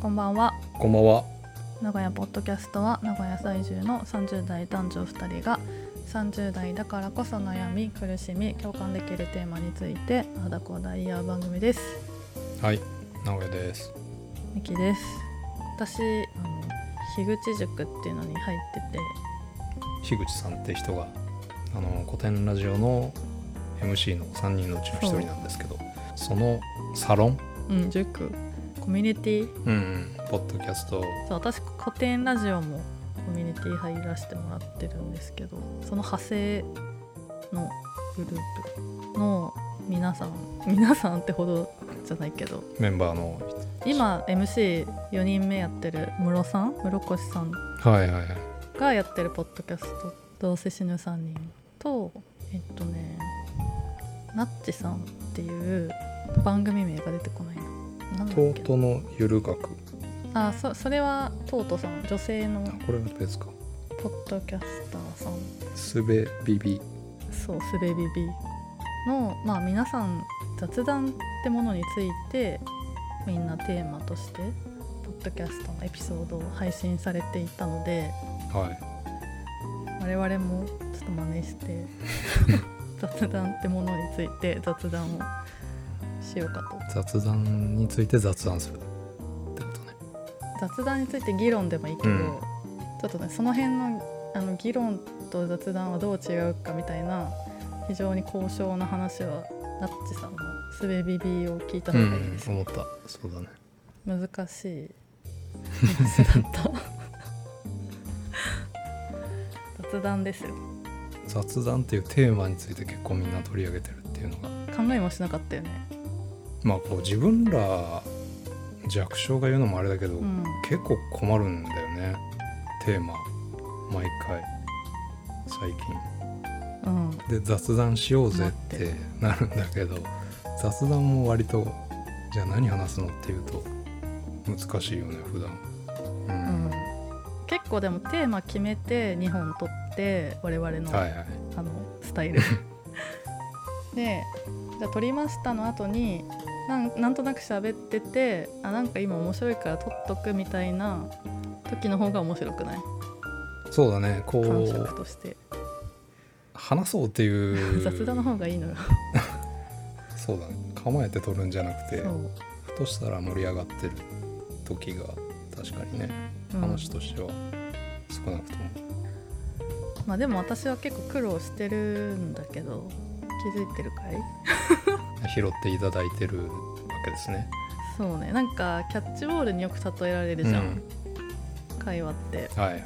こんばんはこんばんは。名古屋ポッドキャストは名古屋在住の30代男女2人が30代だからこそ悩み苦しみ共感できるテーマについてあだこうだ言い合う番組ですはい、名古屋です。みきです私あの樋口塾っていうのに入ってて樋口さんって人が、あの古典ラジオの MC の3人のうちの1人なんですけど、そのサロン、うん塾コミュニティうんうん、ポッドキャスト、そう私古典ラジオもコミュニティ入らせてもらってるんですけどその派生のグループの皆さん皆さんってほどじゃないけどメンバーの今 MC4 人目やってる室さん室越さん人。はいはいはい。がやってるポッドキャスト「どうせ死ぬ3人と」えっとねナッチさんっていう番組名が出てこないななんだっトけートのゆる学。あそそれはトートさん女性のあ、これは別か。ポッドキャスターさんすべビビ。そう「すべビビ」の、まあ、皆さん雑談ってものについてみんなテーマとしてポッドキャストのエピソードを配信されていたのでは我々もちょっと真似して 雑談ってものについて雑談をしようかとい。雑談について雑談する。ってことね。雑談について議論でもいいけど、うんちょっとねその辺のあの議論と雑談はどう違うかみたいな非常に高尚な話はナッチさんの「すべビビ」を聞いたう方がいいんで、す、思った。そうだね。難しい話だった 雑談ですよ雑談っていうテーマについて結構みんな取り上げてるっていうのが考えもしなかったよねまあこう自分ら弱小が言うのもあれだけど、うん結構困るんだよねテーマ毎回最うん近で雑談しようぜっ待ってなるんだけど雑談も割とじゃあ何話すのっていうと難しいよね普段うん、結構でもテーマ決めて2本撮って我々の,、はいはいあのスタイル でじゃあ撮りましたの後になんなんとなく喋っててあなんか今面白いから撮っとくみたいな時の方が面白くないそうだねこ感触うとして話そうっていう 雑談の方がいいのよ、そうだね構えて撮るんじゃなくてそうふとしたら盛り上がってる時が確かにね、うん話としては少なくともまあでも私は結構苦労してるんだけど気づいてるかい拾っていただいてるわけですね。そうねなんかキャッチボールによく例えられるじゃん、会話ってうん、はい、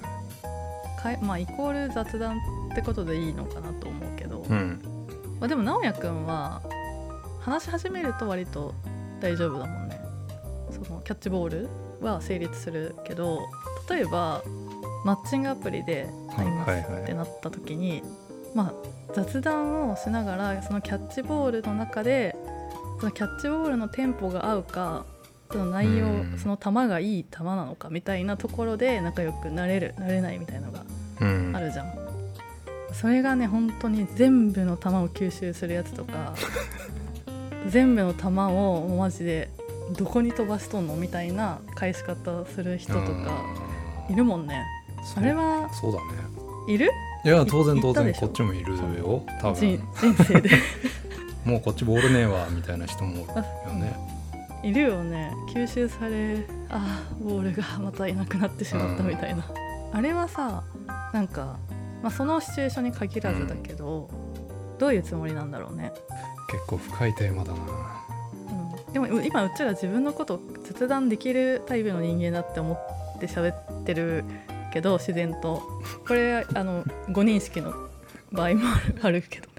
かいまあイコール雑談ってことでいいのかなと思うけど、うん、まあ、でも直哉くんは話し始めると割と大丈夫だもんねそのキャッチボールは成立するけど例えばマッチングアプリで会いますはいはいはいってなった時に、まあ、雑談をしながらそのキャッチボールの中でそのキャッチボールのテンポが合うかその内容、うんその球がいい球なのかみたいなところで仲良くなれるなれないみたいなのがうん、あるじゃん、それがね本当に全部の球を吸収するやつと か全部の球をもうマジでどこに飛ばしとんのみたいな返し方する人とかうんいるもんねそあれはそうだねいるいやい当然言当ったでし然ょこっちもいるよ多人分人生で もうこっちボールねえわみたいな人もおるよね、いるよね吸収されあーボールがまたいなくなってしまったみたいな、あれはさなんか、まあ、そのシチュエーションに限らずだけど、どういうつもりなんだろうね結構深いテーマだなうんでもう今うちら自分のことを雑談できるタイプの人間だって思って喋ってるけど自然とこれあの誤認識の場合もあるあるけどね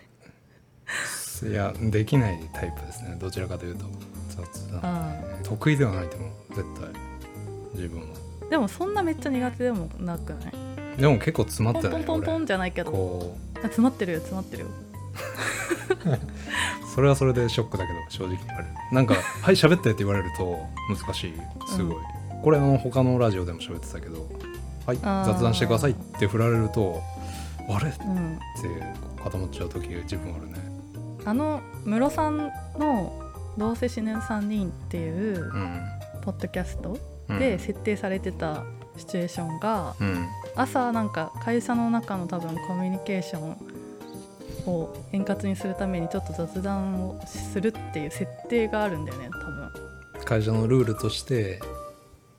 いやできないタイプですねどちらかというと雑談あ得意ではないと思う絶対自分はーでもそんなめっちゃ苦手でもなくないでも結構詰ポまンってポないンポンポンじゃないけ俺どこあ詰まってるよ詰まってるようそれはそれでショックだけど正直言われるなんか 「はい喋って」って言われると難しいすごい、うこれあの他のラジオでも喋ってたけど「はいあー雑談してください」って振られると「あれ?」っうんてこう固まっちゃう時が自分あるねあの室さんの「どうせ死ぬ3人」っていううんポッドキャストうんで設定されてたシチュエーションがうん朝なんか会社の中の多分コミュニケーションを円滑にするためにちょっと雑談をするっていう設定があるんだよね多分会社のルールとして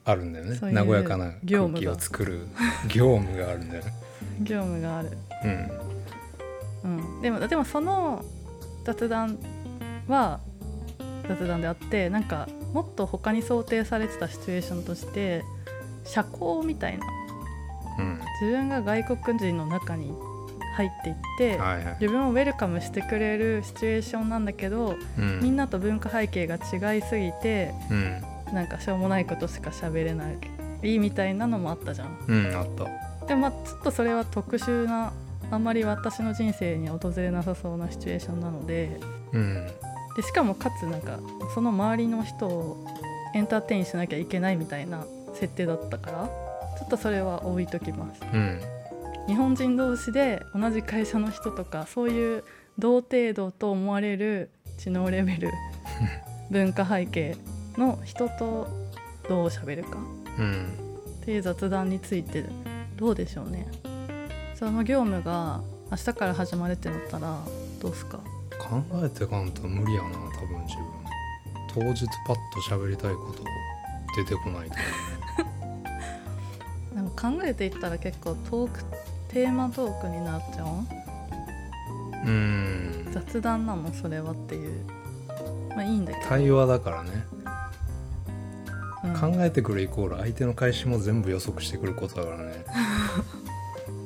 あるんだよねそういう和やかな業務空が気を作る業務があるんだよね。業務がある、うんうん、でもでもその雑談は雑談であってなんかもっと他に想定されてたシチュエーションとして社交みたいなうん自分が外国人の中に入っていって、はいはい自分をウェルカムしてくれるシチュエーションなんだけど、うみんんなと文化背景が違いすぎてうんなんかしょうもないことしか喋れないみたいなのもあったじゃん。うんあったでもまあちょっとそれは特殊なあんまり私の人生に訪れなさそうなシチュエーションなのでうんでしかもかつなんかその周りの人をエンターテインしなきゃいけないみたいな設定だったからちょっとそれは置いときます。うん日本人同士で同じ会社の人とかそういう同程度と思われる知能レベル文化背景の人とどう喋るかうんっていう雑談についてどうでしょうねその業務が明日から始まるってなったらどうすか考えてかんと無理やな多分自分当日パッと喋りたいこと出てこないとでも考えていったら結構トークテーマトークになっちゃうん うん雑談なのそれはっていうまあいいんだけど、対話だからねうん考えてくるイコール相手の返しも全部予測してくることだからね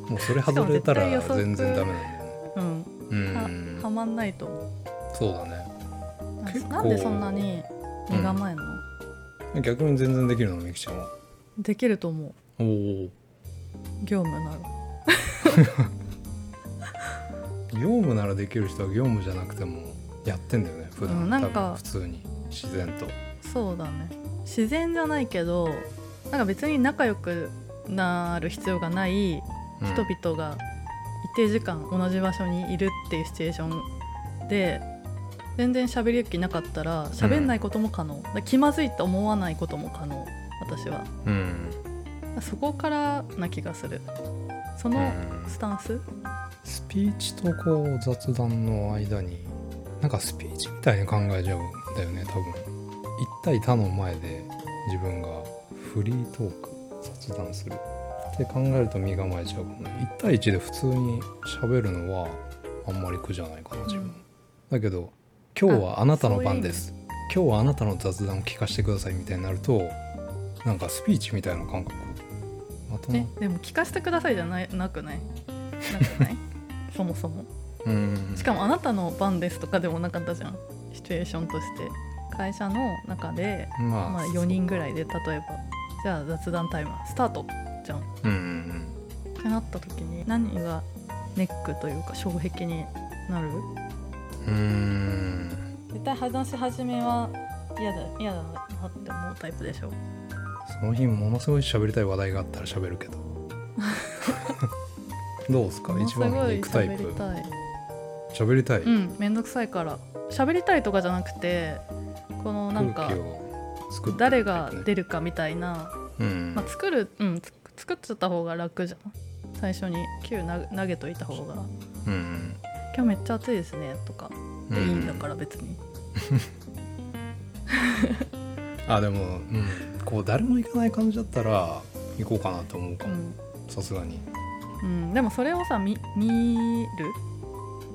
もうそれ外れたらしかも全絶対予然測ダメなんだよねうんうはんまんないと思うそうだねなん結構なんでそんなに身構えんの、逆に全然できるのみきちゃんはできると思うおお業務なら業務ならできる人は業務じゃなくてもやってんだよね普う段んなん多か分普通に自然とそうだね自然じゃないけどなんか別に仲良くなる必要がないうん人々が一定時間同じ場所にいるっていうシチュエーションで全然喋り気なかったら喋んないことも可能、だから気まずいと思わないことも可能私はうんそこからな気がするそのうんスタンス、スピーチとこう雑談の間になんかスピーチみたいに考えちゃうんだよね多分一対他の前で自分がフリートーク雑談するって考えると身構えちゃうかな一対一で普通に喋るのはあんまり苦じゃないかな自分、うんだけど今日はあなたの番ですそ今日はあなたの雑談を聞かせてくださいみたいになるとなんかスピーチみたいな感覚まとえもでも聞かせてくださいじゃないなくないなくない そもそもうんしかもあなたの番ですとかでもなかったじゃんシチュエーションとして会社の中で、ままあ、4人ぐらいいで例えばじゃあ雑談タイマースタートじゃんっうんうんてなった時に何がネックというか障壁になるうーん絶対話し始めは嫌だ嫌だなって思うタイプでしょその日ものすごい喋りたい話題があったら喋る けどどうですかもの一すごい番に行くタイ喋プりたい喋りたい、うん面倒くさいから喋りたいとかじゃなくてこのなんか空気を作って誰がる出るかみたいなタイプね、うんまあ、作る、うん、つ作っちゃった方が楽じゃん最初に球な投げといた方がうん「今日めっちゃ暑いですね」とかうでいいんだからら別に、あでも、うん、こう誰も行かない感じだったら行こうかなと思うかうもんさすがにうん、でもそれをさ見見る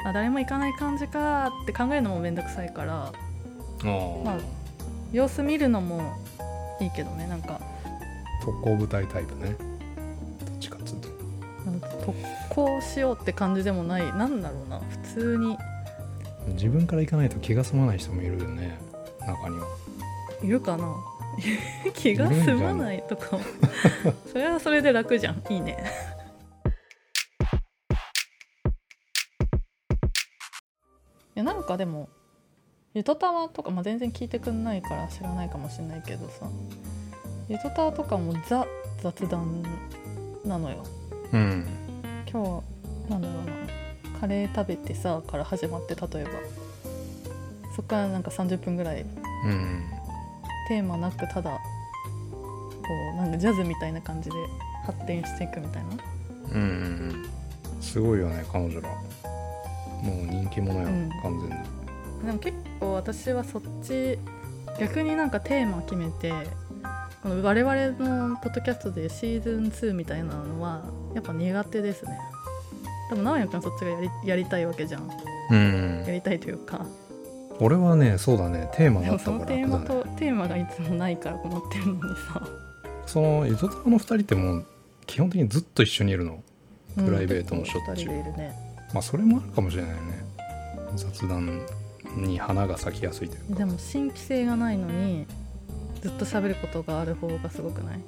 あ誰も行かない感じかって考えるのもめんどくさいからああ、まあ様子見るのもいいけどねなんか特攻部隊タイプねどっちかっつうとなんか特攻しようって感じでもないなんだろうな普通に自分から行かないと気が済まない人もいるよね中にはいるかな気が済まないとかもそれはそれで楽じゃんいいねいやなんかでもゆとたわとか、まあ、全然聞いてくんないから知らないかもしれないけどさゆとたわとかもザ雑談なのようん今日なんだろうなカレー食べてさから始まって例えばそっからなんか30分ぐらいうんテーマなくただなんかジャズみたいな感じで発展していくみたいなうんうんうんすごいよね彼女らもう人気者や、うん完全にでも結構私はそっち逆になんかテーマ決めてこの我々のポッドキャストでシーズン2みたいなのはやっぱ苦手ですねでも直哉くんそっちがやりやりたいわけじゃんうんやりたいというか俺はねそうだねテーマでだもったそからのテー楽マだねとテーマがいつもないから困ってるのにさその伊豆の2人ってもう基本的にずっと一緒にいるのプライベートもしょっちゅううん結構二人でいるねまあそれもあるかもしれないよね雑談に花が咲きやすいというかでも新規性がないのにずっと喋ることがある方がすごくない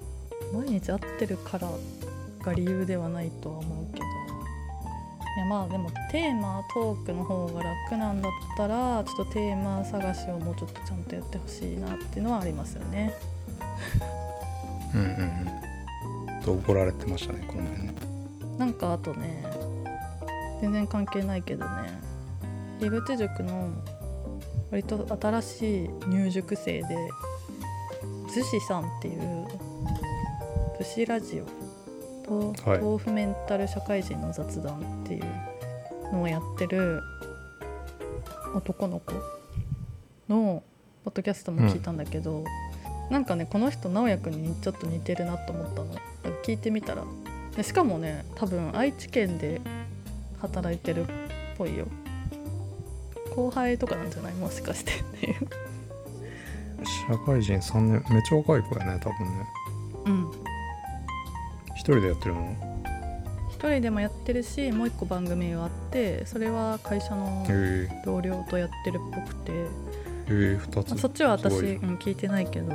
毎日会ってるからが理由ではないとは思うけどいやまあでもテーマトークの方が楽なんだったらちょっとテーマ探しをもうちょっとちゃんとやってほしいなっていうのはありますよねうんうんうんと怒られてましたねこの前ねなんかあとね全然関係ないけどね樋口塾の割と新しい入塾生で逗子さんっていう逗子ラジオと、はい豆腐メンタル社会人の雑談っていうのをやってる男の子のポッドキャストも聞いたんだけど、なんかねこの人直哉くんにちょっと似てるなと思ったのだから聞いてみたらでしかもね多分愛知県で働いてるっぽいよ後輩とかなんじゃないもしかしてっていう社会人3年めっちゃ若い子やね多分ねうん一人でやってるの一人でもやってるしもう一個番組があってそれは会社のへ同僚とやってるっぽくて、えへえ2まあつそっちは私、すごいねうん、聞いてないけど、う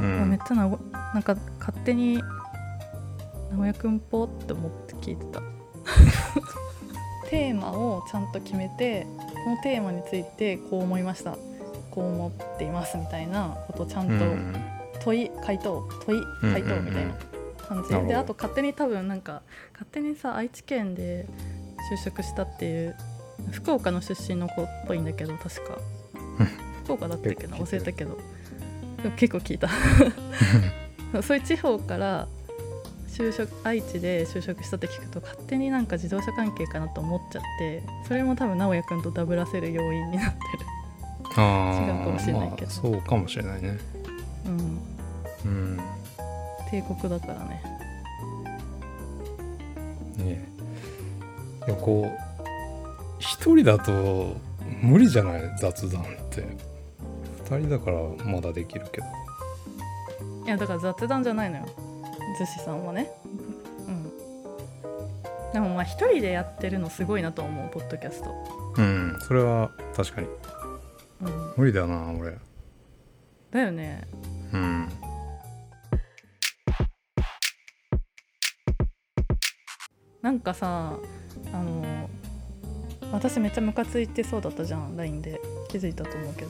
あめっんちゃなごなんか勝手に直哉くんっぽって思って聞いて たテーマをちゃんと決めてこのテーマについてこう思いましたこう思っていますみたいなことをちゃんうんうとん問い回答問いうん回答みたいな感じなるほでどあと勝手に多分なんか勝手にさ愛知県で就職したっていう福岡の出身の子っぽいんだけど確 かうん福岡だったっけな結構忘聞いれてるたけどでも結構聞いた そういう地方から就職愛知で就職したって聞くと勝手になんか自動車関係かなと思っちゃってそれも多分直哉くんとダブらせる要因になってる、違うかあもしれあないまけどあそうかもしれないねうん、うん帝国だからねねえでもこう一人だと無理じゃない雑談って二人だからまだできるけどいやだから雑談じゃないのよ逗子さんはねうんでもまあ一人でやってるのすごいなと思うポッドキャスト、うんそれは確かにうん、無理だな俺だよねうんなんかさあの私めっちゃムカついてそうだったじゃん LINE で気づいたと思うけど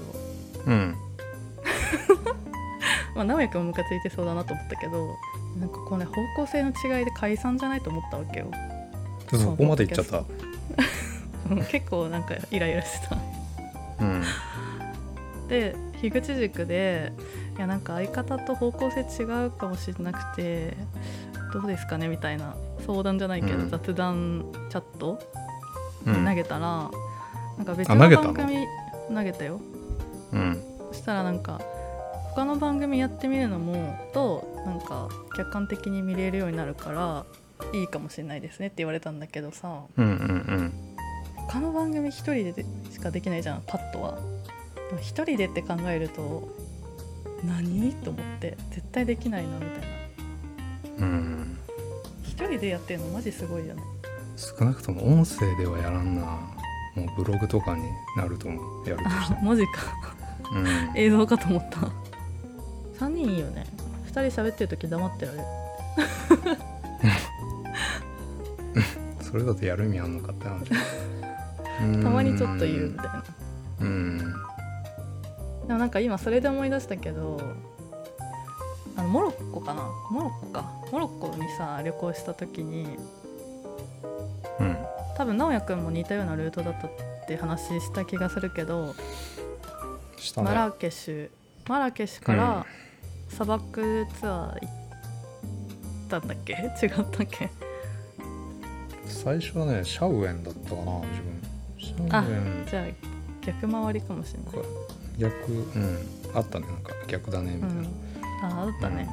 うんまあ直哉くんもムカついてそうだなと思ったけどなんかこうね方向性の違いで解散じゃないと思ったわけよ ちょっとそこまでいっちゃったうん結構なんかイライラしたうんで樋口塾でいやなんか相方と方向性違うかもしれなくてどうですかねみたいな相談じゃないけど、うん雑談チャットうにん投げたら、なんか別あ投のげたの番組投げたようんそしたらなんか他の番組やってみるのもとなんか客観的に見れるようになるからいいかもしれないですねって言われたんだけどさうんうん他の番組一人でしかできないじゃんパッとはでも一人でって考えると何と思って絶対できないなみたいなうんうん一人でやってるのマジすごいよね 少なくとも音声ではやらんなもうブログとかになると思うやるとしたあ らマジかうん映像かと思った3人いいよね2人喋ってる時黙ってられるそれだとやる意味あんのかって 話たまにちょっと言うみたいなうんでもなんか今それで思い出したけどあのモロッコかなモロッコかモロッコにさ旅行した時にうん多分直哉くんも似たようなルートだったって話した気がするけどしたマねラケシュマラケシュから砂漠ツアー行っったんだっけ違ったっけ最初はねシャウエンだったかな自分シャあウエンじゃあ逆回りかもしれないこ逆うんあったねなんか逆だねみうたいな、ん、ああったね、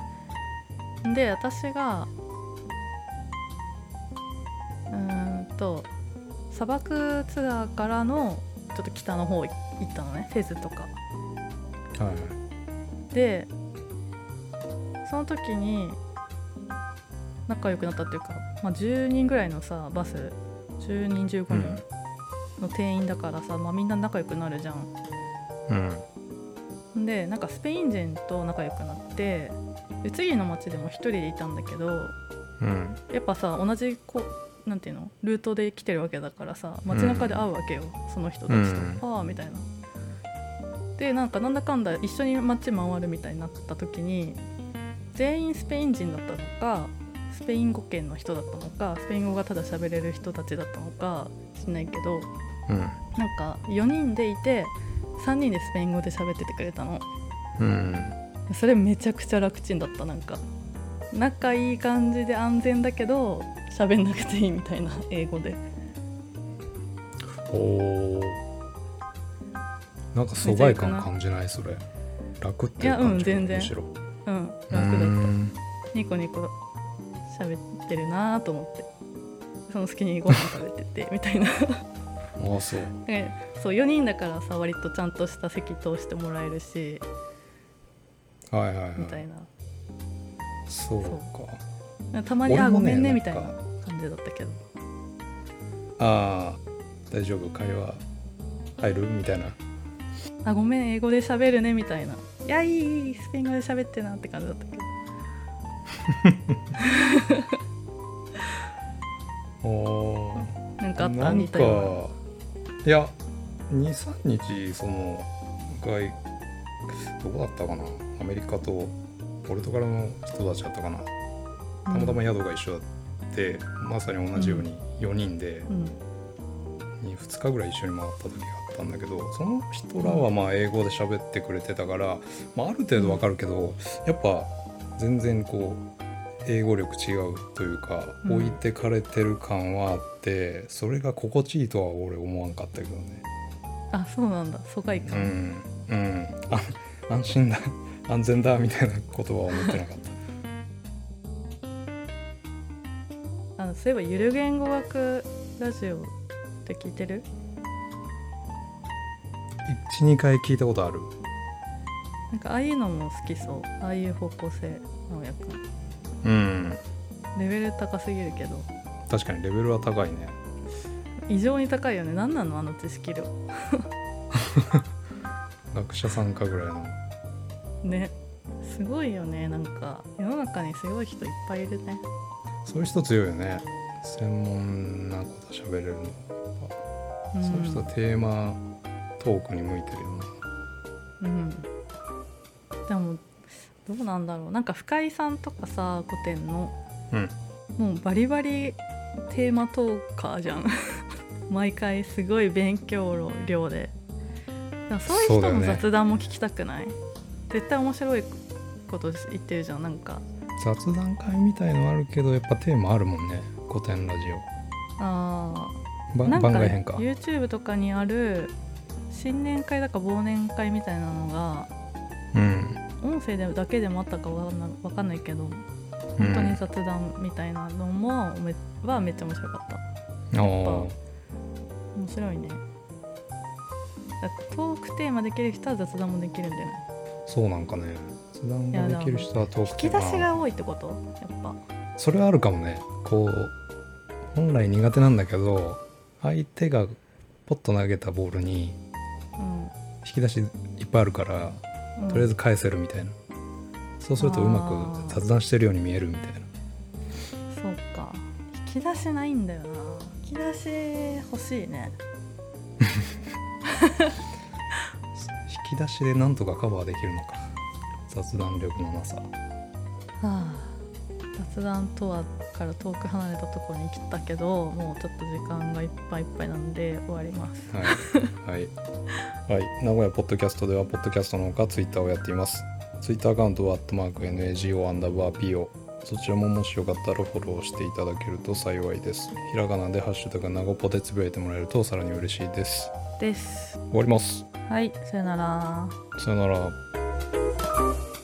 で私がうーんと砂漠ツアーからのちょっと北の方行ったのねフェズとかはいはいでその時に仲良くなったっていうか、まあ、10人ぐらいのさバス10人15うん人の定員だからさ、まあ、みんな仲良くなるじゃんうんでなんかスペイン人と仲良くなってで次の町でも1人でいたんだけどうんやっぱさ同じこうなんていうのルートで来てるわけだからさ街中で会うわけよ、その人たちと、うんああみたいな。でなんかなんだかんだ一緒に街回るみたいになった時に全員スペイン人だったのかスペイン語圏の人だったのかスペイン語がただ喋れる人たちだったのかしないけどうんなんか4人でいて3人でスペイン語で喋っててくれたの。うんそれめちゃくちゃ楽ちんだったなんか仲いい感じで安全だけど喋んなくていいみたいな英語でおーなんか疎外感感じないそれ楽っていういやう感んじ全然むしろうん楽だっうたんニコニコ喋ってるなと思ってその隙にご飯食べてて みたいなああそうでそう4人だからさ割とちゃんとした席通してもらえるしはいはいみたはいいなそうかたまに「あ俺もごねめんね」なんみかたいな感じだったけどああ大丈夫会話入るみたいな「あごめん英語で喋るね」みたいな「いやいいいいスペイン語で喋ってな」って感じだったけどおーなんかあったなん似たようなかいや23日その外どこだったかなアメリカとポルトガルの人たちだったかなたまたま宿が一緒だって、まさに同じように4人でうん2日ぐらい一緒に回った時があったんだけどその人らはまあ英語で喋ってくれてたから、まあ、ある程度わかるけどやっぱ全然こう英語力違うというか、うん置いてかれてる感はあってそれが心地いいとは俺思わんかったけどねあそうなんだ疎外う感、んうんあ安心だ安全だみたいなことは思ってな かったあのそういえばゆる言語学ラジオって聞いてる12回聞いたことあるなんかああいうのも好きそうああいう方向性のやつうんレベル高すぎるけど確かにレベルは高いね異常に高いよね何なのあの知識量学者参加ぐらいのねすごいよねなんか世の中にすごい人いっぱいいるねそういう人強いよね専門なこと喋れるの、うんそういう人はテーマトークに向いてるよねうんでもどうなんだろうなんか深井さんとかさ古典のうんもうバリバリテーマトーカーじゃん 毎回すごい勉強量ででもそういうそうだ人よのね雑談も聞きたくない、絶対面白いこと言ってるじゃんなんか雑談会みたいのあるけどやっぱテーマあるもんね古典ラジあオーばなんか番外編か YouTube とかにある新年会だか忘年会みたいなのがうん音声でだけでもあったかわかんなわかんないけど本本当に雑談みたいなのもめはめっちゃ面白かったあ面白いねだトークテーマできる人は雑談もできるんじゃないあそうなんかね雑談ができる人はトーク引き出しが多いってことやっぱそれはあるかもねこう本来苦手なんだけど相手がポッと投げたボールにうん、引き出しいっぱいあるからうんとりあえず返せるみたいな、そうするとうまあーく雑談してるように見えるみたいなそうか引き出しないんだよな引き出し欲しいね引き出しでなんとかカバーできるのか雑談力のなさはあ雑談とはから遠く離れたところに来たけどもうちょっと時間がいっぱいいっぱいなんで終わりますはい、 はいはい、名古屋ポッドキャストではポッドキャストのほかツイッターをやっていますツイッターアカウントは「@nago_po」そちらももしよかったらフォローしていただけると幸いですひらがなで「ハッシュタグなごぽ」でつぶやいてもらえるとさらに嬉しいですです終わりますはいさよならさよなら